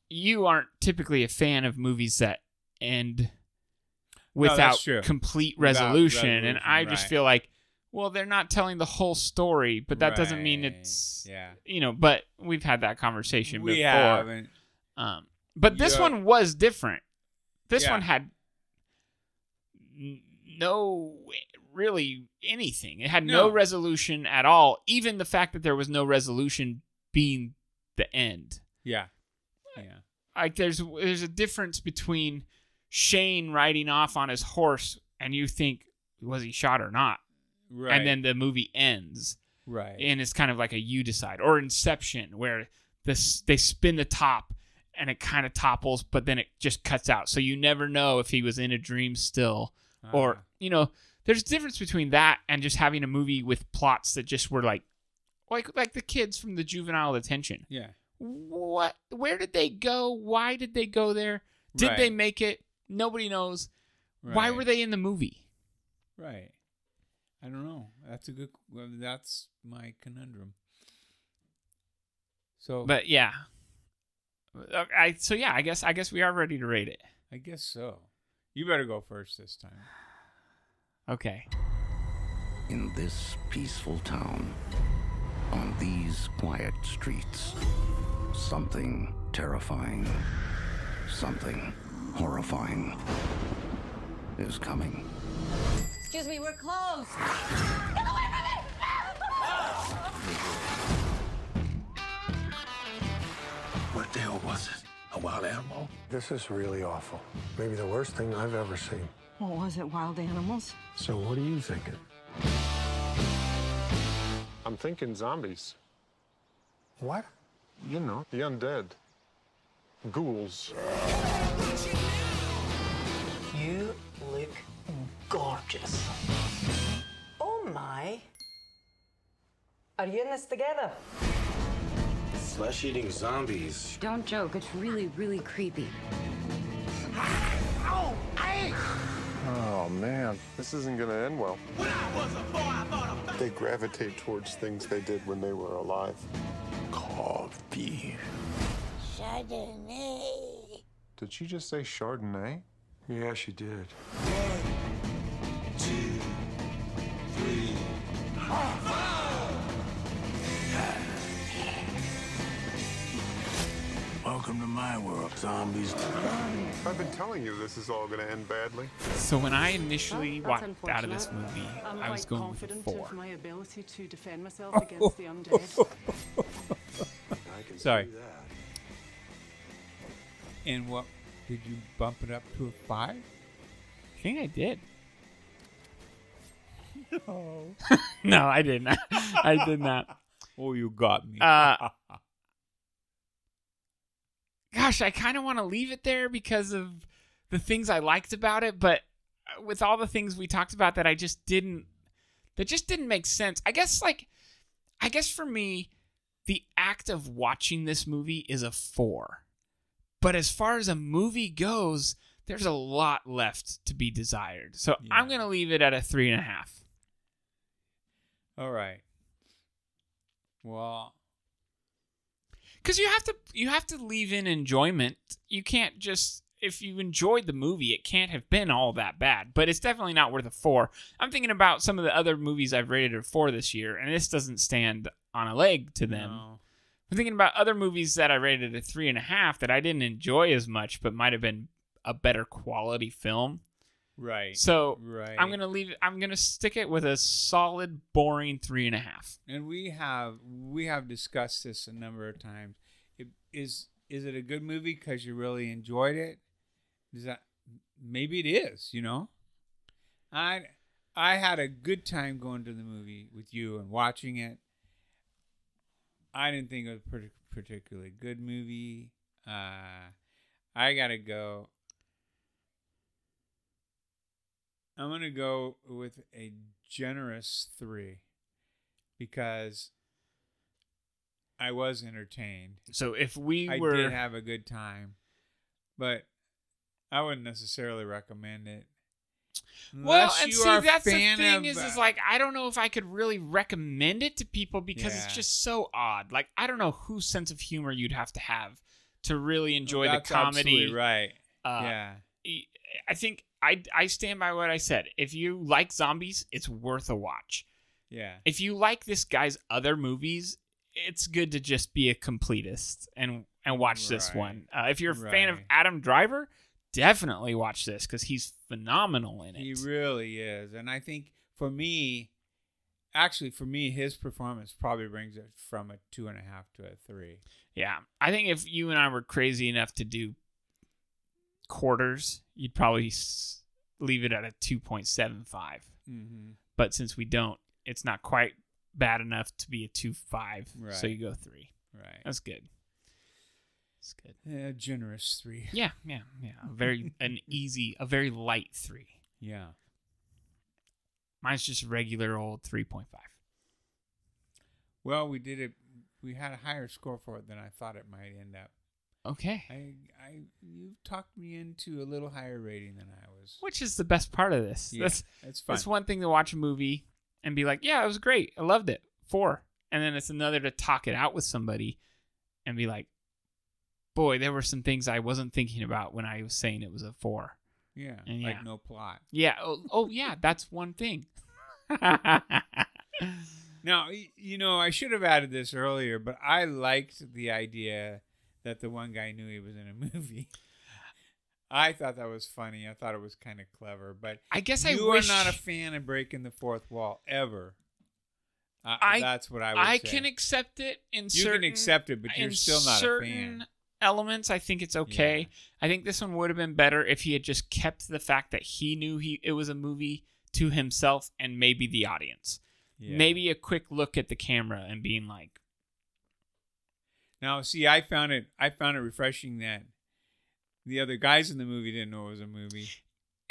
A: you aren't typically a fan of movies that end
B: that's
A: without
B: true.
A: complete
B: Without
A: resolution, and
B: resolution,
A: I just
B: right.
A: feel like, well, they're not telling the whole story, but that doesn't mean
B: right.
A: it's
B: Yeah.
A: you know. But we've had that conversation
B: We
A: before.
B: haven't.
A: Um, but this
B: Yeah.
A: one was different. This
B: Yeah.
A: one had n- no really anything. It had no.
B: No.
A: resolution at all. Even the fact that there was no resolution being the end.
B: Yeah. Yeah.
A: Like there's there's a difference between Shane riding off on his horse and you think was he shot or not,
B: Right.
A: and then the movie ends
B: right.
A: and it's kind of like a you decide or inception where this they spin the top and it kind of topples but then it just cuts out so you never know if he was in a dream still or
B: Uh-huh.
A: you know there's a difference between that and just having a movie with plots that just were like like like the kids from the juvenile detention
B: yeah.
A: what where did they go why did they go there did they
B: Right.
A: make it nobody knows why were
B: Right.
A: they in the movie
B: Right. I don't know. That's a good. Well, that's my conundrum. So
A: but yeah Uh, I, so yeah i guess i guess we are ready to rate it
B: I guess so. You better go first this time.
A: okay
E: In this peaceful town, on these quiet streets, something terrifying, something horrifying is coming.
F: Excuse me, we're closed.
G: What the hell was it? A wild animal?
H: This is really awful. Maybe the worst thing I've ever seen.
F: What was it, wild animals?
H: So, what are you thinking?
I: I'm thinking zombies.
H: What?
I: You know, the undead. Ghouls.
J: You look gorgeous. Oh my. Are you in this together?
G: Flesh eating zombies.
F: Don't joke, it's really, really creepy.
G: Oh, hey!
I: Oh man, this isn't gonna end well. They gravitate towards things they did when they were alive. Coffee.
K: Chardonnay.
I: Did she just say Chardonnay?
H: Yeah, she did.
G: Welcome to my world, zombies.
I: I've been telling you this is all gonna end badly.
A: So when I initially
L: Well, that's
A: walked out of this
L: unfortunate.
A: movie,
L: I'm
A: I was
L: quite
A: going with a
L: confident
A: four.
L: of my ability to defend myself against
A: *laughs*
L: the undead.
B: Sorry. And what did you bump it up to a five?
A: I think I did.
B: No.
A: *laughs* No, I did not. I did not.
B: Oh, you got *laughs* me.
A: Uh, gosh, I kind of want to leave it there because of the things I liked about it, but uh, with all the things we talked about that I just didn't that just didn't make sense. I guess like I guess for me the act of watching this movie is a 4. But as far as a movie goes, there's a lot left to be desired. So I'm going to leave it at a three and a half.
B: all right. Well,
A: because you have to you have to leave in enjoyment you can't just if you enjoyed the movie it can't have been all that bad but it's definitely not worth a four i'm thinking about some of the other movies i've rated a four this year and this doesn't stand on a leg to them
B: No.
A: i'm thinking about other movies that i rated a three and a half that i didn't enjoy as much but might have been a better quality film
B: right.
A: so
B: right.
A: i'm gonna leave i'm gonna stick it with a solid boring three and a half
B: and we have we have discussed this a number of times. It, is is it a good movie because you really enjoyed it? Is that maybe it is? You know, I I had a good time going to the movie with you and watching it. I didn't think it was a partic- particularly good movie. Uh, I gotta go. I'm gonna go with a generous three because I was entertained.
A: so if we
B: I
A: were
B: did have a good time, but I wouldn't necessarily recommend it.
A: Well,
B: Unless
A: and
B: you
A: see,
B: are a
A: that's the
B: fan
A: thing
B: of,
A: is, is
B: uh,
A: like I don't know if I could really recommend it to people because
B: Yeah.
A: it's just so odd. Like I don't know whose sense of humor you'd have to have to really enjoy
B: that's
A: the comedy.
B: absolutely right?
A: Uh,
B: yeah,
A: e- I think I I stand by what I said. If you like zombies, it's worth a watch.
B: yeah.
A: If you like this guy's other movies, it's good to just be a completist and and watch this
B: Right.
A: one. Uh, if you're a fan of
B: Right.
A: Adam Driver, definitely watch this because he's phenomenal in it.
B: He really is, and I think for me, actually, for me, his performance probably brings it from a two and a half to a three.
A: Yeah. I think if you and I were crazy enough to do quarters, you'd probably s- leave it at a 2.75.
B: Mm-hmm.
A: But since we don't, it's not quite bad enough to be a 2.5. So
B: Right.
A: you go 3.
B: Right,
A: That's good. That's good.
B: a generous three.
A: Yeah, yeah, yeah. A
B: *laughs*
A: very an easy, a very light 3.
B: Yeah.
A: Mine's just regular old 3.5.
B: Well, we did it. We had a higher score for it than I thought it might end up.
A: Okay.
B: I, I, you talked me into a little higher rating than I was.
A: Which is the best part of this?
B: Yeah,
A: that's
B: it's
A: It's
B: fun.
A: one thing to watch a movie and be like, "Yeah, it was great. I loved it." Four, and then it's another to talk it out with somebody and be like, "Boy, there were some things I wasn't thinking about when I was saying it was a four.
B: Yeah,
A: And
B: like
A: yeah.
B: no plot.
A: Yeah. Oh, oh
B: *laughs*
A: yeah, that's one thing.
B: Now, y- you know, I should have added this earlier, but I liked the idea that the one guy knew he was in a *laughs* movie. I thought that was funny. I thought it was kind of clever, but
A: I guess I
B: you
A: wish-
B: are not a fan of breaking the fourth wall ever. Uh,
A: I-
B: that's what I would
A: I
B: say.
A: can accept it in
B: You can
A: certain.
B: accept it, but you're
A: in
B: still not a fan.
A: certain Elements, I think it's okay. I think this one would have been better if he had just kept the fact that he knew he it was a movie to himself and maybe the audience.
B: Yeah.
A: Maybe a quick look at the camera and being like,
B: Now, see, I found it. I found it refreshing that the other guys in the movie didn't know it was a movie.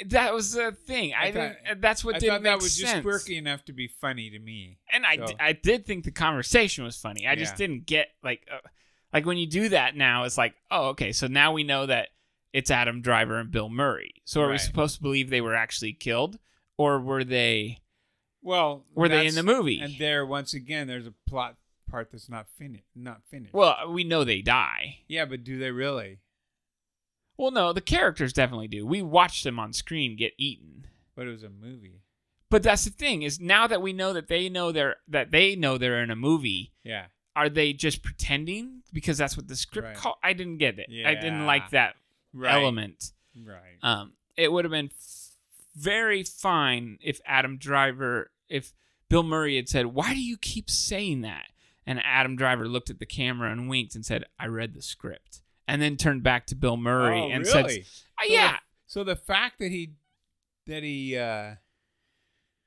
A: "That was the thing." I,
B: thought-
A: didn't. uh, That's what
B: I
A: didn't
B: thought
A: make
B: that was
A: sense.
B: just quirky enough to be funny to me.
A: And I,
B: So,
A: d- I did think the conversation was funny. I just
B: Yeah.
A: didn't get like, uh, Like when you do that now, it's like, oh, okay, so now we know that it's Adam Driver and Bill Murray. So are we
B: Right.
A: supposed to believe they were actually killed, or were they?
B: Well,
A: Were they in
B: that's-
A: the movie?
B: And there, once again, there's a plot part that's not finished. Not finished.
A: Well, we know they die.
B: yeah, but do they really?
A: Well, no, the characters definitely do. We watched them on screen get eaten.
B: But it was a movie.
A: But that's the thing is now that we know that they know they're that they know they're in a movie.
B: Yeah.
A: Are they just pretending? Because that's what the script
B: Right.
A: called. I didn't get it. I didn't like
B: Yeah.
A: that
B: Right.
A: element.
B: Right.
A: Um, it would have been f- very fine if Adam Driver, if Bill Murray had said, "Why do you keep saying that?" And Adam Driver looked at the camera and winked and said, "I read the script," and then turned back to Bill Murray
B: Oh,
A: and
B: really?
A: said, "Uh,
B: So the-
A: "Yeah,
B: so the fact that he that he uh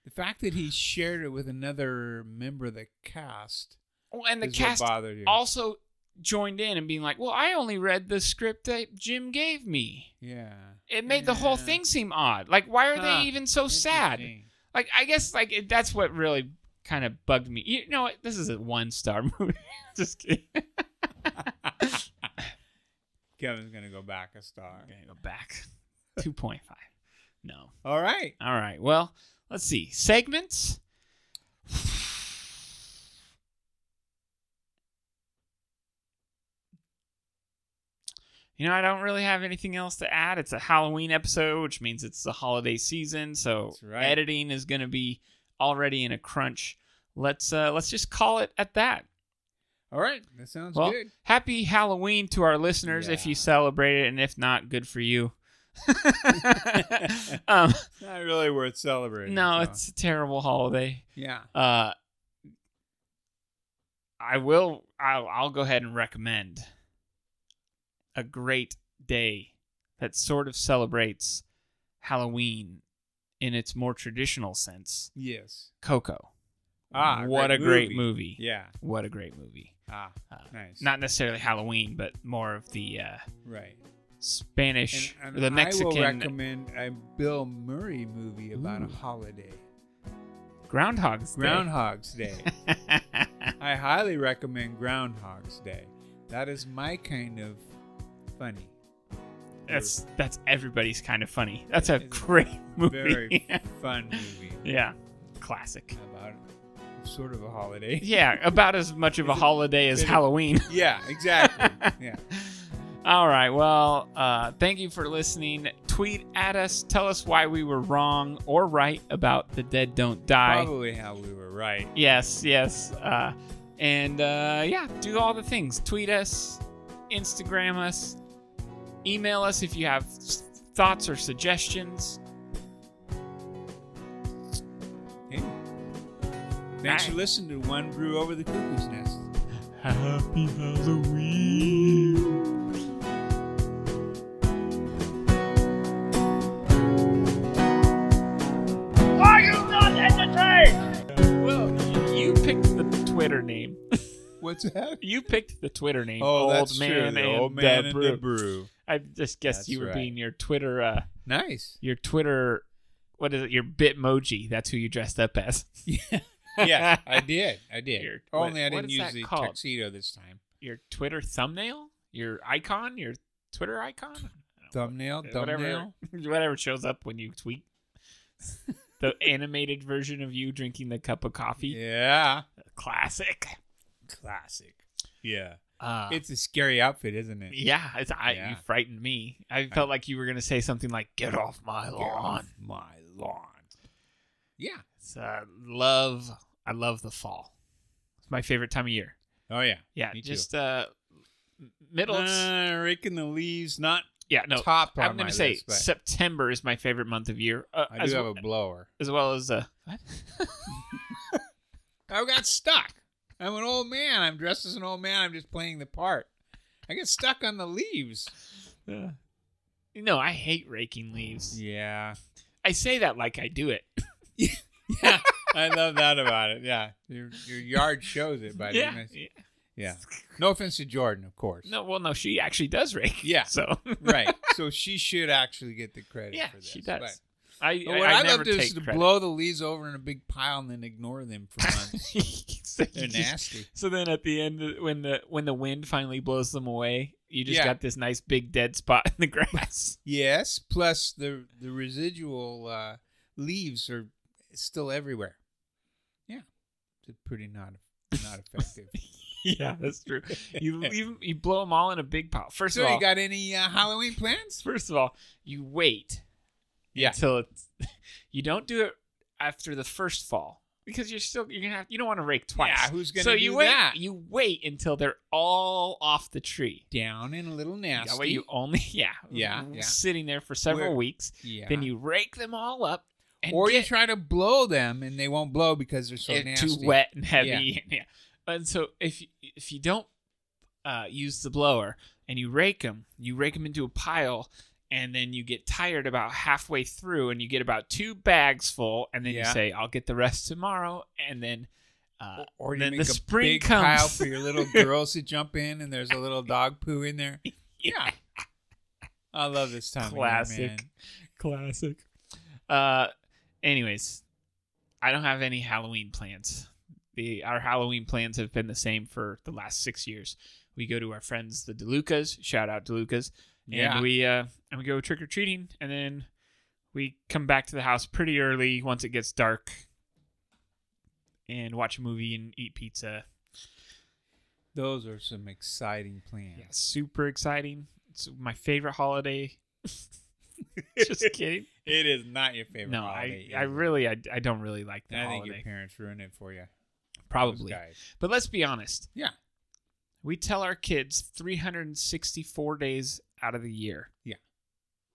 B: the fact that he shared it with another member of the cast.
A: Well, and the
B: is what
A: cast
B: bothered you.
A: also joined in and being like, "Well, I only read the script that Jim gave me."
B: Yeah.
A: It made the whole thing seem odd. Like, why are
B: Huh.
A: they even so sad?
B: Interesting.
A: Like, I guess like it, that's what really kind of bugged me. You know what? This is a one star *laughs* movie. Just kidding.
B: Kevin's gonna go back a star.
A: gonna go back. Two point five. No.
B: All right.
A: All right. Well, let's see segments. You know, I don't really have anything else to add. It's a Halloween episode, which means it's the holiday season, so
B: That's right.
A: editing is going to be already in a crunch. Let's uh let's just call it at that.
B: All right. That sounds
A: well,
B: good.
A: happy Halloween to our listeners if you celebrate it, and if not, good for
B: *laughs*
A: you. *laughs* um,
B: It's not really worth celebrating.
A: no,
B: so.
A: it's a terrible holiday.
B: yeah.
A: Uh, I will. I'll, I'll go ahead and recommend a great day that sort of celebrates Halloween in its more traditional sense.
B: Yes.
A: Coco.
B: Ah,
A: what a great movie!
B: Yeah.
A: What a great movie.
B: Ah,
A: Uh,
B: nice.
A: Not necessarily Halloween, but more of the uh,
B: right.
A: Spanish,
B: And-
A: the
B: and I will
A: Mexican
B: recommend a Bill Murray movie about a holiday.
A: Groundhog's Day.
B: Groundhog's Day. I highly recommend Groundhog's Day. That is my kind of funny.
A: *laughs* That's that's everybody's kind of funny. That's a
B: It's a
A: great *laughs* movie.
B: Very fun movie
A: yeah, classic.
B: about sort of a holiday.
A: Yeah, about as much of a holiday as
B: bit of-
A: Halloween. *laughs*
B: Yeah, exactly. yeah.
A: All right. Well, uh, thank you for listening. Tweet at us. Tell us why we were wrong or right about the dead don't die.
B: Probably how we were right.
A: Yes, yes. Uh, and uh, yeah, do all the things. Tweet us, Instagram us, email us if you have s- thoughts or suggestions.
B: Hey. Thanks for
A: Alright.
B: listening to One Brew Over the Cuckoo's Nest.
A: Happy Halloween.
K: Are you not entertained?
A: Well, you picked the Twitter name.
B: What's that?
A: You picked the Twitter name.
B: Oh,
A: old
B: that's
A: man
B: true.
A: And
B: The old man
A: the
B: and
A: brew.
B: the brew.
A: I just guessed
B: That's
A: you were
B: right.
A: being your Twitter. Uh,
B: Nice.
A: your Twitter. What is it? Your Bitmoji. That's who you dressed up
B: *laughs*
A: as.
B: yeah,
A: *laughs*
B: I did. I did.
A: Your-
B: Only I
A: what- what
B: didn't
A: is
B: use
A: that
B: the
A: called?
B: tuxedo this time.
A: Your Twitter thumbnail. Your icon. Your Twitter icon.
B: Thumbnail,
A: Whatever.
B: thumbnail.
A: Whatever *laughs* shows up when you tweet.
B: *laughs*
A: the animated version of you drinking the cup of coffee.
B: Yeah.
A: Classic.
B: Classic. Yeah.
A: Uh,
B: it's a scary outfit, isn't it?
A: Yeah, it's, I,
B: Yeah.
A: you frightened me. I felt like you were gonna say something like "Get off my
B: Get
A: lawn."
B: off my lawn. Yeah.
A: It's, uh, love. I love the fall. It's my favorite time of year.
B: Oh yeah.
A: Yeah,
B: Me too.
A: just uh, m- middle. of s-
B: Uh, raking the leaves, not
A: yeah, no.
B: top on
A: I'm
B: my
A: gonna say
B: list, but
A: September is my favorite month of year. Uh,
B: I
A: as,
B: do have
A: well,
B: a blower.
A: as well as uh, what?
B: I got stuck. I'm an old man. I'm dressed as an old man. I'm just playing the part. I get stuck on the leaves.
A: Uh, no, I hate raking leaves.
B: Yeah.
A: I say that like I do it.
B: yeah. I love that about it. Yeah. Your your yard shows
A: *laughs*
B: it by
A: yeah.
B: doing this. Yeah. No offense to Jordan, of course. *laughs*
A: No, well, no, she actually does rake.
B: Yeah.
A: *laughs* So
B: right. So she should actually get the credit
A: yeah,
B: for this.
A: she does.
B: But
A: I,
B: But what
A: I,
B: I,
A: I never
B: love to do
A: take
B: is
A: *laughs*
B: to
A: credit.
B: blow the leaves over in a big pile and then ignore them
A: *laughs*
B: for months.
A: So
B: They're
A: you just-
B: nasty.
A: So then at the end, when the when the wind finally blows them away, you just
B: Yeah.
A: got this nice big dead spot in the
B: *laughs*
A: grass. *laughs*
B: Yes, plus the the residual uh, leaves are still everywhere. Yeah, it's pretty not
A: *laughs*
B: not effective.
A: yeah, that's true.
B: *laughs*
A: You leave 'em- you blow them all in a big pile. First
B: so
A: of all,
B: you got any uh, Halloween plans?
A: First of all, you wait.
B: Yeah.
A: Until it's *laughs* you don't do it after the first fall because you're still you're gonna have you don't want to rake twice.
B: Yeah, who's gonna
A: so
B: do
A: you wait,
B: that?
A: You wait until they're all off the tree.
B: Down in a little nasty.
A: That way you only *laughs* yeah
B: Yeah, yeah.
A: sitting there for several
B: Where-
A: weeks.
B: Yeah.
A: Then you rake them all up. And
B: or you
A: get-
B: try to blow them and they won't blow because they're so
A: and
B: nasty.
A: too wet and heavy. *laughs*
B: Yeah.
A: And, yeah. and so if you- if you don't uh, use the blower and you rake them, you rake them into a pile, and then you get tired about halfway through, and you get about two bags full, and then
B: Yeah.
A: you say, "I'll get the rest tomorrow," and then. Uh,
B: Or you
A: then
B: make
A: the
B: a
A: spring
B: big
A: comes.
B: pile for
A: *laughs*
B: your little girls to jump in, and there's a little dog poo in there. Yeah, I love this time. of year,
A: classic,
B: man.
A: classic. Uh, anyways, I don't have any Halloween plans. The our Halloween plans have been the same for the last six years. We go to our friends the Delucas. Shout out Delucas.
B: Yeah.
A: And we uh, and we go trick or treating, and then we come back to the house pretty early once it gets dark, and watch a movie and eat pizza.
B: Those are some exciting plans.
A: Yeah, super exciting. It's my favorite holiday. *laughs* Just kidding.
B: It is not your favorite.
A: no,
B: holiday,
A: I, I
B: is it?
A: really, I, I don't really like that
B: I think
A: holiday.
B: your parents ruined it for you.
A: Probably.
B: Those guys.
A: But let's be honest.
B: Yeah.
A: We tell our kids 364 days out of the year.
B: Yeah.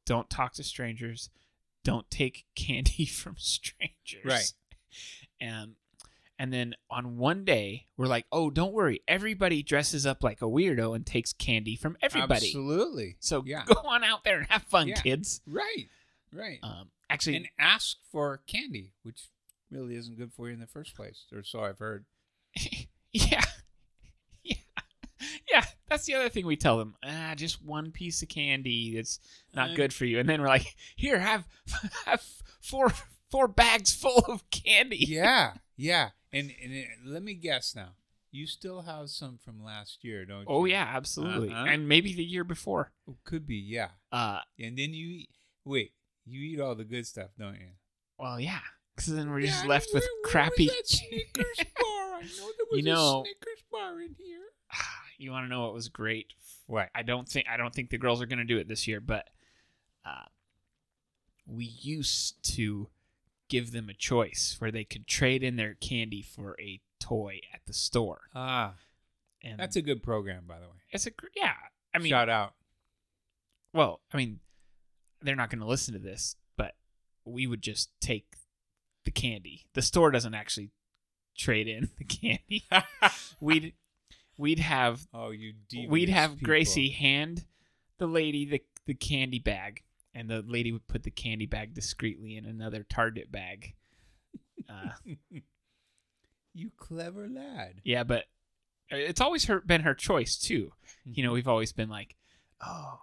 A: Don't talk to strangers. Don't take *laughs* candy from strangers.
B: Right.
A: Um, *laughs* and then on one day, we're like, oh, don't worry. Everybody dresses up like a weirdo and takes candy from everybody.
B: Absolutely.
A: So
B: Yeah.
A: *laughs* go on out there and have fun,
B: Yeah.
A: kids.
B: Right. Right.
A: Um, actually,
B: and ask for candy, which really isn't good for you in the first place, or so
A: *laughs*
B: I've heard.
A: Yeah. *laughs* Yeah. Yeah. That's the other thing we tell them. Ah, just one piece of candy that's not
B: Uh,
A: good for you. And then we're like, here, have, *laughs* have four four bags full of candy.
B: Yeah, yeah. And, and it, let me guess now. You still have some from last year, don't you?
A: Oh yeah, absolutely.
B: Uh-huh.
A: And maybe the year before.
B: Oh, could be, yeah.
A: Uh
B: And then you eat, wait, you eat all the good stuff, don't you?
A: well yeah. Cause then we're just
B: Yeah,
A: left with
B: where- where was
A: crappy *laughs*
B: that Snickers bar. I know there was
A: You know-
B: a Snickers bar in here.
A: Ah, you wanna know what was great?
B: What?
A: I don't think I don't think the girls are gonna do it this year, but uh, we used to give them a choice where they could trade in their candy for a toy at the store.
B: Ah,
A: And
B: that's a good program, by the way.
A: it's a gr- yeah. I mean,
B: shout out.
A: well, I mean, they're not going to listen to this, but we would just take the candy. The store doesn't actually trade in the
B: *laughs*
A: candy. we'd we'd have
B: Oh, you devious
A: we'd have
B: people.
A: Gracie hand the lady the, the candy bag, and the lady would put the candy bag discreetly in another Target bag. Uh,
B: You clever lad.
A: yeah, but uh, it's always her, been her choice too. You know, we've always been like, oh,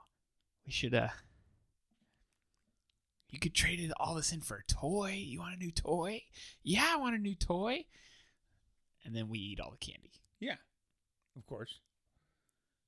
A: we should. uh You could trade it all this in for a toy. You want a new toy? Yeah, I want a new toy. And then we eat all the candy.
B: Yeah, of course.